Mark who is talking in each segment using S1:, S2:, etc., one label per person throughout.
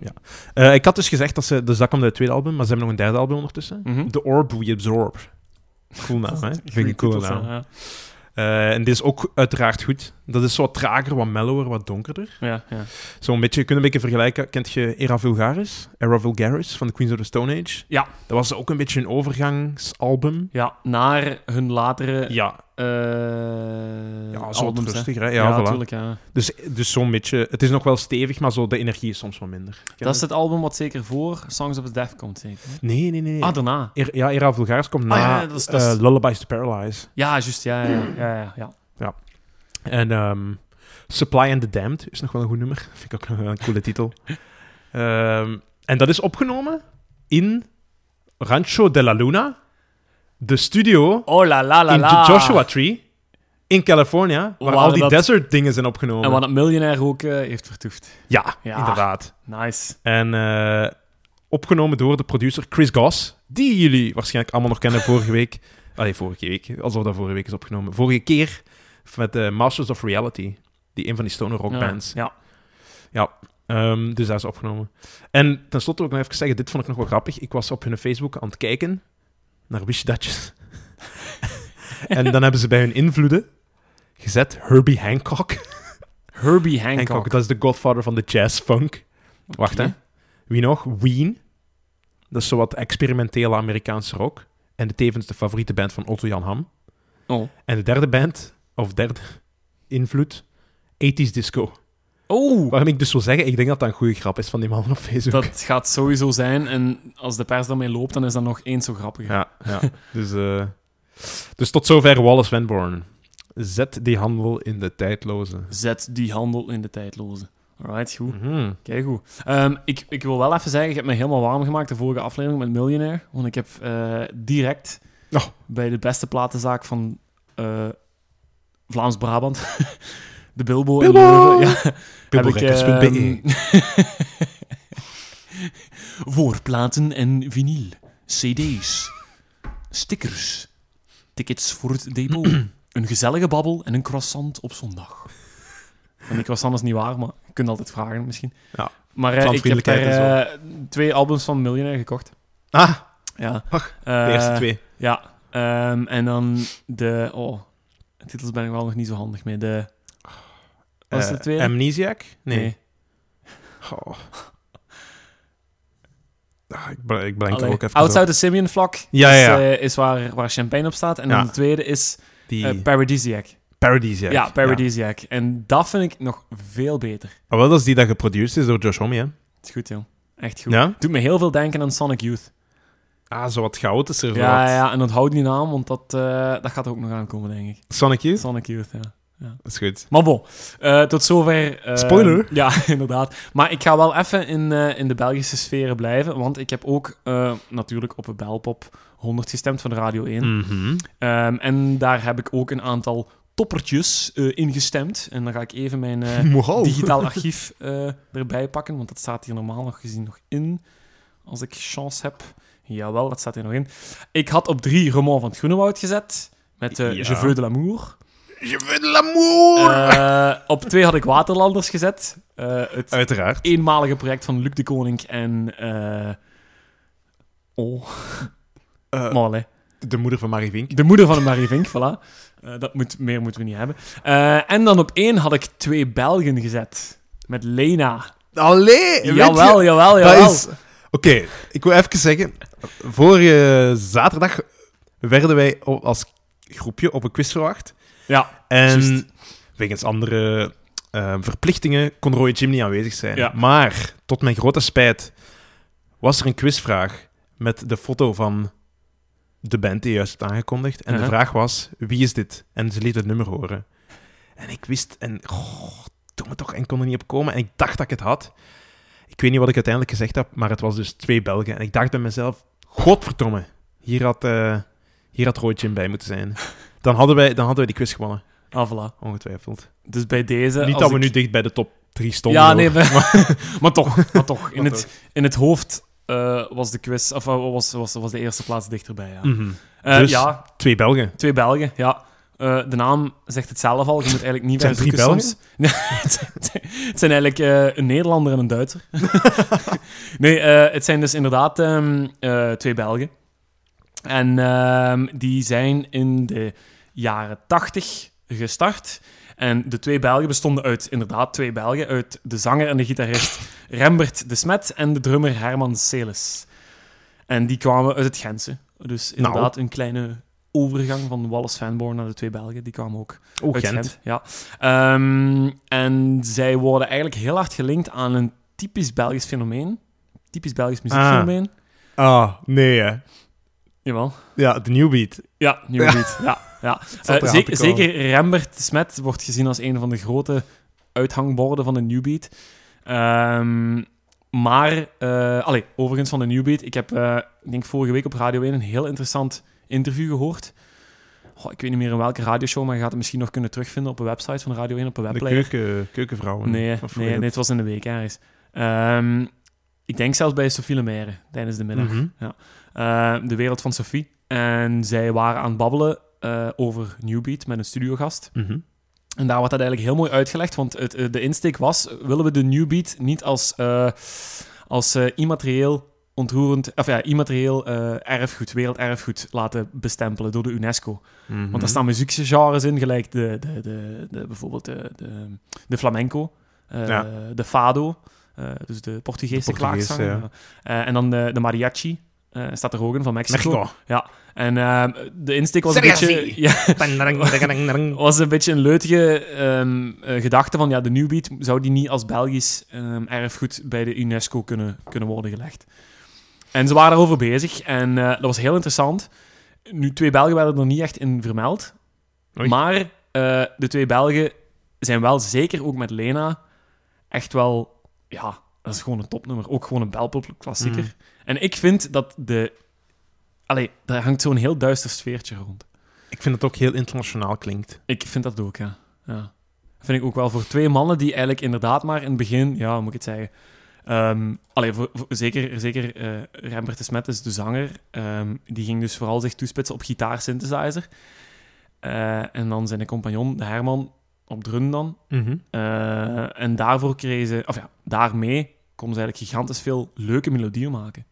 S1: Ja. Eh, ik had dus gezegd dat ze... Dus dat komt uit het tweede album, maar ze hebben nog een derde album ondertussen.
S2: Mhm.
S1: The Orb We Absorb. Cool naam, hè? Vind ik
S2: Goeie
S1: een coole
S2: titels,
S1: naam.
S2: ja.
S1: Eh, en dit is ook uiteraard goed. Dat is wat trager, wat mellower, wat donkerder.
S2: Ja, ja.
S1: Zo'n beetje, je kunt een beetje vergelijken. Kent je Era Vulgaris? Era Vulgaris van de Queens of the Stone Age?
S2: Ja.
S1: Dat was ook een beetje een overgangsalbum.
S2: ja, naar hun latere
S1: Ja,
S2: eh
S1: ja zo wat
S2: albums, hè.
S1: rustiger. Hè? Ja,
S2: Ja,
S1: voilà.
S2: natuurlijk. ja.
S1: Dus, dus zo'n beetje... Het is nog wel stevig, maar zo, de energie is soms wat minder. Ken
S2: Dat is
S1: je
S2: het album wat zeker voor Songs of the Deaf komt, zeker. hè?
S1: dat? Nee, nee, nee. nee.
S2: Ah, daarna.
S1: Er- ja, Era Vulgaris komt na
S2: Ah, ja, ja, dat is- dat is-
S1: eh, Lullabies to Paralyze.
S2: Ja, juist. Ja, ja, ja. ja, ja.
S1: En ehm, Supply and the Damned is nog wel een goed nummer. Vind ik ook nog wel een coole titel. Ehm, en dat is opgenomen in Rancho de la Luna, de studio
S2: Oh la la la
S1: in
S2: la.
S1: Jo- Joshua Tree in California, waar
S2: Waar
S1: al die
S2: dat-
S1: desert dingen zijn opgenomen.
S2: En wat het miljonair ook eh, heeft vertoefd.
S1: Ja,
S2: Ja.
S1: inderdaad.
S2: Nice.
S1: En eh, opgenomen door de producer Chris Goss, die jullie waarschijnlijk allemaal nog kennen vorige week. Allee, vorige week, alsof dat vorige week is opgenomen. Vorige keer met eh, Masters of Reality, die een van die stoner rockbands.
S2: Ja.
S1: Ehm, dus dat is opgenomen. En tenslotte wil ik nog even zeggen, dit vond ik nog wel grappig. Ik was op hun Facebook aan het kijken naar Wish Dutches. en dan hebben ze bij hun invloeden gezet Herbie Hancock.
S2: Herbie Hancock.
S1: Hancock. dat is de godfather van de jazz funk. Wacht, hè. Wie nog? Ween. Dat is zowat experimentele Amerikaanse rock. En de tevens de favoriete band van Otto Jan Ham.
S2: Oh.
S1: En de derde band, of derde invloed, 80s disco.
S2: Oh,
S1: Waarom ik dus wil zeggen, ik denk dat dat een goede grap is van die mannen op Facebook.
S2: dat gaat sowieso zijn. En als de pers daarmee loopt, dan is dat nog eens zo grappig.
S1: Ja, ja. dus, eh, dus tot zover Wallace Wenborn. Zet die handel in de tijdloze.
S2: Zet die handel in de tijdloze. Alright, goed.
S1: Mhm.
S2: Kijk goed. Ehm, ik, ik wil wel even zeggen, ik heb me helemaal warm gemaakt de vorige aflevering met Millionaire. Want ik heb eh, direct
S1: Oh.
S2: bij de beste platenzaak van eh, Vlaams-Brabant, de Bilbo, in
S1: Bilbo!
S2: Leuven, ja, eh,
S1: Bilborecords.be.
S2: ehm, voor platen ehm, en vinyl, cd's, stickers, tickets voor het depot, een gezellige babbel en een croissant op zondag. En die croissant is niet waar, maar je kunt altijd vragen misschien.
S1: Ja,
S2: maar eh, ik heb daar
S1: klantvriendelijkheid
S2: eh, twee albums van Millionaire gekocht.
S1: Ah,
S2: Ja.
S1: Ach, de
S2: Eh,
S1: eerste twee.
S2: Ja. Ehm, en dan de... Oh, de titels ben ik wel nog niet zo handig mee. De... Wat is de
S1: Eh,
S2: tweede?
S1: Amnesiac? Nee. Oh. Ah, ik, bl- ik blank er
S2: Allee,
S1: ook even
S2: Outside the Simeon vlak
S1: Ja,
S2: is,
S1: ja,
S2: eh, is waar, waar champagne op staat. En
S1: Ja.
S2: dan de tweede is
S1: op. Die
S2: eh, Paradisiac.
S1: Paradisiac.
S2: Ja, Paradisiac. En dat vind ik nog veel beter.
S1: Ah, wel, dat is die dat geproduceerd is door Josh Homme, hè?
S2: Het is goed, joh. Echt goed.
S1: Ja?
S2: Doet me heel veel denken aan Sonic Youth.
S1: Ah, zo wat chaotischer. zo
S2: Ja,
S1: wat.
S2: ja, en onthoud die naam, want dat, eh, dat gaat er ook nog aan komen, denk ik.
S1: Sonic Youth?
S2: Sonic Youth, ja.
S1: Dat is goed.
S2: Maar bon, eh, tot zover. eh,
S1: Spoiler.
S2: Ja, inderdaad. Maar ik ga wel even in, eh, in de Belgische sferen blijven, want ik heb ook eh, natuurlijk op de Belpop 100 gestemd van Radio 1.
S1: Mhm.
S2: Ehm, en daar heb ik ook een aantal toppertjes eh, in gestemd. En dan ga ik even mijn eh,
S1: Moral.
S2: digitaal archief eh, erbij pakken, want dat staat hier normaal nog gezien nog in. Als ik chance heb. Jawel, dat staat hier nog in. Ik had op drie Roman van het Groenewoud gezet, met eh
S1: Ja.
S2: Je veux de l'amour.
S1: Je bent l'amour!
S2: Eh, op twee had ik Waterlanders gezet. Eh, het
S1: Uiteraard.
S2: eenmalige project van Luc de Koning en... eh oh,
S1: Eh,
S2: mal, hè.
S1: de moeder van Marie Vink.
S2: De moeder van Marie Vink, voilà. Eh, dat moet, meer moeten we niet hebben. Eh, en dan op één had ik twee Belgen gezet. Met Lena.
S1: Allee! Eh, weet
S2: Jawel,
S1: je,
S2: jawel,
S1: dat
S2: jawel.
S1: is- Oké, ik wil even zeggen. Vorige zaterdag werden wij o- als groepje op een quiz verwacht.
S2: Ja,
S1: En
S2: Juist.
S1: wegens andere ehm, verplichtingen kon Roy Jim niet aanwezig zijn.
S2: Ja.
S1: Maar, tot mijn grote spijt, was er een quizvraag met de foto van de band die je juist hebt aangekondigd. En
S2: Uh-huh.
S1: de vraag was, wie is dit? En ze liet het nummer horen. En ik wist, en goh, doe me toch, en kon er niet op komen. En ik dacht dat ik het had. Ik weet niet wat ik uiteindelijk gezegd heb, maar het was dus twee Belgen. En ik dacht bij mezelf, godverdomme, hier had, eh hier had Roy Jim bij moeten zijn. Dan hadden wij, dan hadden wij die quiz gewonnen.
S2: ah, voilà.
S1: Ongetwijfeld.
S2: Dus bij deze...
S1: Niet
S2: als
S1: dat we
S2: ik-
S1: nu dicht bij de top 3 stonden.
S2: Ja,
S1: hoor.
S2: nee, maar, maar toch. Maar toch. In,
S1: Maar
S2: het, in het hoofd eh, was de quiz... Of eh, was, was, was de eerste plaats dichterbij, ja.
S1: Mhm.
S2: Eh,
S1: Dus-
S2: Ja,
S1: Twee Belgen.
S2: twee Belgen, ja. Eh, de naam zegt het zelf al, je moet eigenlijk niet
S1: Het zijn
S2: bij
S1: drie
S2: zoeken soms. Nee, het, zijn- het zijn- het zijn eigenlijk eh, een Nederlander en een Duitser. nee, eh, het zijn dus inderdaad ehm, eh, twee Belgen. En ehm, die zijn in de jaren tachtig gestart. En de twee Belgen bestonden uit, inderdaad, twee Belgen. Uit de zanger en de gitarist Rembert de Smet en de drummer Herman Celis. En die kwamen uit het Gentse. Dus
S1: Nou.
S2: inderdaad een kleine overgang van Wallace Vanborn naar de twee Belgen. Die kwamen ook
S1: Oh,
S2: uit
S1: Gent.
S2: Gent, ja. Ehm, en zij worden eigenlijk heel hard gelinkt aan een typisch Belgisch fenomeen. Typisch Belgisch muziekfenomeen.
S1: Ah, nee, hè.
S2: Jawel.
S1: Ja, de New Beat.
S2: Ja, New
S1: Ja.
S2: Breed. Ja, ja.
S1: zat
S2: Eh,
S1: eraan
S2: zeker,
S1: te komen.
S2: zeker Rembert de Smet wordt gezien als een van de grote uithangborden van de New Beat. Ehm, maar, eh allee, overigens van de New Beat. Ik heb, eh, ik denk vorige week op Radio 1 een heel interessant interview gehoord. Goh, ik weet niet meer in welke radioshow, maar je gaat het misschien nog kunnen terugvinden op de website van Radio 1, op de
S1: De
S2: webplayer.
S1: keuken, keukenvrouwen.
S2: Nee,
S1: Of hoe
S2: nee,
S1: heet
S2: nee, het was in de week ergens. Ehm, ik denk zelfs bij Sophie Lemaire tijdens de middag.
S1: Mhm.
S2: Eh, de wereld van Sophie. En zij waren aan het babbelen eh, over Newbeat met een studiogast.
S1: Mhm.
S2: En daar wordt dat eigenlijk heel mooi uitgelegd, want het, eh, de insteek was... willen we de Newbeat niet als, eh, als eh, immaterieel ontroerend... of ja, immaterieel eh, erfgoed, werelderfgoed laten bestempelen door de UNESCO.
S1: Mhm.
S2: Want daar staan muziekgenres in, gelijk de, de, de, de, bijvoorbeeld de, de, de flamenco, eh,
S1: Ja.
S2: de fado, eh, dus de Portugese
S1: De Portugese,
S2: klaagzanger.
S1: ja.
S2: ja. Eh, en dan de, de mariachi, eh, staat er ook in, van Mexico.
S1: Mexico.
S2: En ehm, de insteek was een,
S1: Sergasi.
S2: beetje, ja, was een beetje een leutige ehm, eh, gedachte van ja, de New Beat zou die niet als Belgisch ehm, erfgoed bij de UNESCO kunnen, kunnen worden gelegd. En ze waren daarover bezig en eh, dat was heel interessant. Nu, twee Belgen werden er niet echt in vermeld.
S1: Oei.
S2: Maar eh, de twee Belgen zijn wel zeker, ook met Lena, echt wel... Ja, dat is gewoon een topnummer. Ook gewoon een belpop-klassieker. En ik vind dat de... Allee, daar hangt zo'n heel duister sfeertje rond.
S1: Ik vind het ook heel internationaal klinkt.
S2: Ik vind dat ook, ja. ja. Vind ik ook wel voor twee mannen die eigenlijk inderdaad maar in het begin, ja, hoe moet ik het zeggen. Ehm allee, voor, voor- zeker, zeker eh Rembert de Smet is de zanger. Ehm, die ging dus vooral zich toespitsen op gitaar synthesizer. Eh, en dan zijn de compagnon, de Herman, op drum dan.
S1: Mhm.
S2: Eh, en daarvoor kregen ze, of ja, daarmee konden ze eigenlijk gigantisch veel leuke melodieën maken.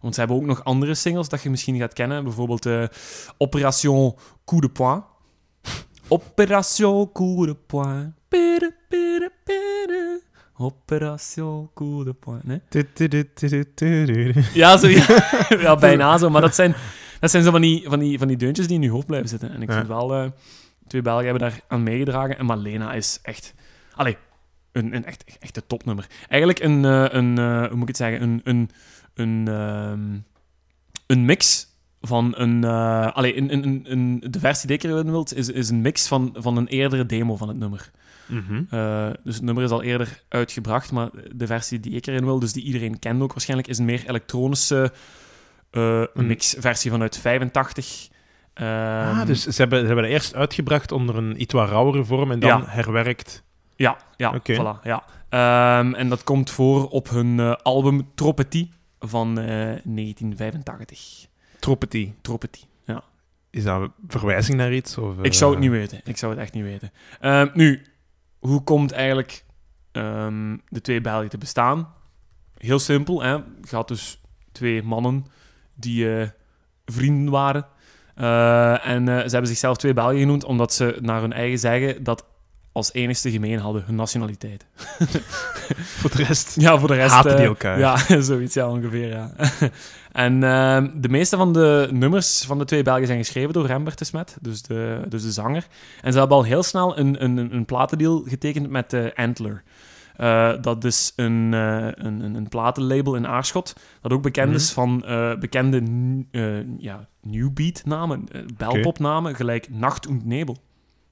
S2: Want ze hebben ook nog andere singles dat je misschien gaat kennen. Bijvoorbeeld eh, Operation Coup de Poing. Operation Coup de Poing. Pere, pere, pere. Operation Coup de Poing. Nee?
S1: Tu, tu, tu, tu, tu, tu, tu, tu.
S2: Ja, zo, ja, ja, bijna zo. Maar dat zijn, dat zijn zo van die, van, die, van die deuntjes die in je hoofd blijven zitten. En ik
S1: Ja.
S2: vind wel, eh, twee Belgen hebben daar aan meegedragen. En Malena is echt, allee, een, een echt, echt een topnummer. Eigenlijk een, eh, een eh, hoe moet ik het zeggen, een, een, een, ehm, een mix van een, eh allee, een, een, een, een- de versie die ik erin wilt, is, is een mix van, van een eerdere demo van het nummer.
S1: Mhm.
S2: Eh, dus het nummer is al eerder uitgebracht, maar de versie die ik erin wil, dus die iedereen kent ook waarschijnlijk, is een meer elektronische eh
S1: Mm.
S2: mixversie vanuit 85. Ehm,
S1: Ah, dus ze hebben, ze hebben het eerst uitgebracht onder een iets wat rauwere vorm en dan
S2: Ja.
S1: herwerkt.
S2: Ja, ja,
S1: Oké.
S2: voilà, ja. Ehm, en dat komt voor op hun eh, album Tropetie van eh, 1985.
S1: Tropetie.
S2: Tropetie, ja.
S1: Is dat een verwijzing naar iets? Of, eh,
S2: Ik zou het niet weten. Ik zou het echt niet weten. Ehm, nu, hoe komt eigenlijk ehm, de twee Belgen te bestaan? Heel simpel. Hè? Je had dus twee mannen die eh, vrienden waren. Eh, en eh, ze hebben zichzelf twee Belgen genoemd omdat ze naar hun eigen zeggen dat als enigste gemeen hadden hun nationaliteit.
S1: Voor de rest.
S2: Ja, voor de rest...
S1: Haten
S2: eh,
S1: die elkaar.
S2: Ja, zoiets, ja, ongeveer, ja. en ehm, de meeste van de nummers van de twee Belgen zijn geschreven door Rembert de Smet, dus de, dus de zanger. En ze hebben al heel snel een, een, een een platendeal getekend met eh, Antler. Eh, dat is een, eh, een, een, een platenlabel in Aarschot, dat ook bekend
S1: Mhm.
S2: is van eh, bekende n- eh, ja, newbeat-namen, eh, belpopnamen, gelijk Nacht und Nebel.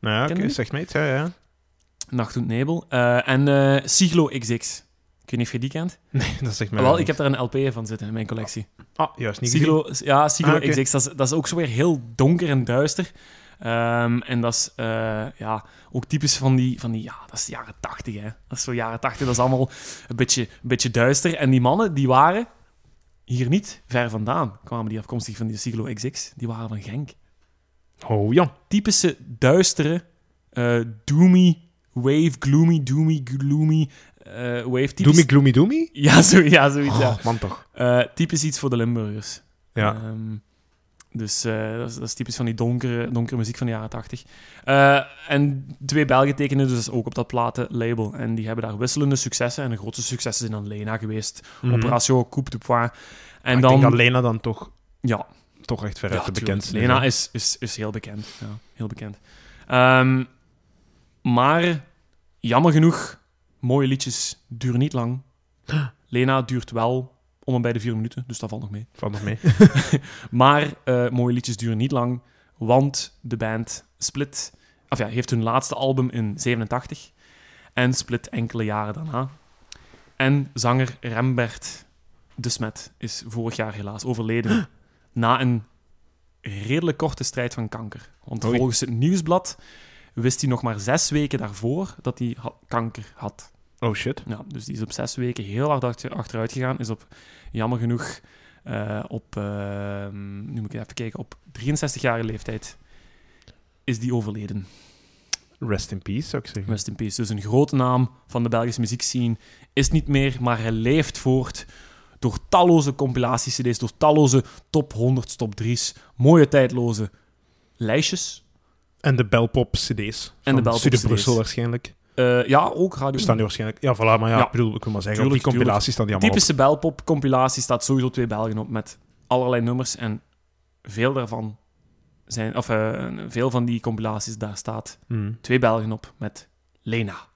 S1: Nou, oké,
S2: Ken je die?
S1: zeg me iets. Ja, ja.
S2: Nacht und Nebel. Eh, en eh, Siglo XX. Ik weet niet of je die kent.
S1: Nee, dat zegt mij
S2: Ah, wel,
S1: niks.
S2: ik heb daar een LP van zitten in mijn collectie.
S1: Ah, juist niet gezien.
S2: Siglo, ja, Siglo
S1: Ah, oké.
S2: XX. Dat is, dat is ook zo weer heel donker en duister. Ehm, en dat is eh, ja, ook typisch van die, van die... Ja, dat is de jaren tachtig, hè. Dat is zo jaren tachtig. Dat is allemaal een beetje, een beetje duister. En die mannen, die waren hier niet ver vandaan. Kwamen die afkomstig van die Siglo XX. Die waren van Genk.
S1: Oh ja.
S2: typische duistere, eh, doomy, wave, gloomy, doomy, gloomy, eh, wave. Typisch...
S1: Doomy gloomy doomy?
S2: Ja, zo, ja zoiets, ja.
S1: Oh, man toch.
S2: Eh, typisch iets voor de Limburgers.
S1: Ja.
S2: Ehm, dus eh, dat, is, dat is typisch van die donkere, donkere muziek van de jaren 80. Eh, en twee Belgen tekenen dus ook op dat platenlabel. En die hebben daar wisselende successen. En de grootste successen zijn dan Lena geweest.
S1: Mhm.
S2: Operatio, Coupe de Poix. En
S1: Maar
S2: dan...
S1: Ik denk dat Lena dan toch,
S2: Ja,
S1: toch echt veruit de
S2: tuurlijk.
S1: bekendste
S2: Lena is, is, is heel bekend. Ja, heel bekend. Ehm, maar jammer genoeg, mooie liedjes duren niet lang. Lena duurt wel om en bij de vier minuten, dus dat valt nog mee.
S1: Van nog mee.
S2: Maar eh, mooie liedjes duren niet lang, want de band Split of ja, heeft hun laatste album in 87 en Split enkele jaren daarna. En zanger Rembert de Smet is vorig jaar helaas overleden na een redelijk korte strijd van kanker. Want
S1: Oei.
S2: volgens het nieuwsblad wist hij nog maar zes weken daarvoor dat hij ha- kanker had.
S1: Oh shit.
S2: Ja, dus die is op zes weken heel hard achter- achteruit gegaan. Is op, jammer genoeg, eh, op, eh, nu moet ik even kijken, op 63-jarige leeftijd is die overleden.
S1: Rest in peace, zou ik zeggen.
S2: Rest in peace. Dus een grote naam van de Belgische muziekscene is niet meer, maar hij leeft voort door talloze compilatie-cd's, door talloze top 100, top 3's, mooie tijdloze lijstjes.
S1: En de belpop cd's. van
S2: de belpop
S1: Studio
S2: CD's.
S1: Brussel waarschijnlijk.
S2: Eh, ja, ook radio.
S1: Staan nu waarschijnlijk... Ja, voilà, maar ja,
S2: Ja.
S1: ik bedoel, ik wil maar zeggen,
S2: Tuurlijk,
S1: op die compilaties staan die allemaal
S2: typische belpop-compilatie staat sowieso twee Belgen op met allerlei nummers. En veel daarvan zijn, of eh, veel van die compilaties, daar staat
S1: op. Hmm.
S2: twee Belgen op met Lena.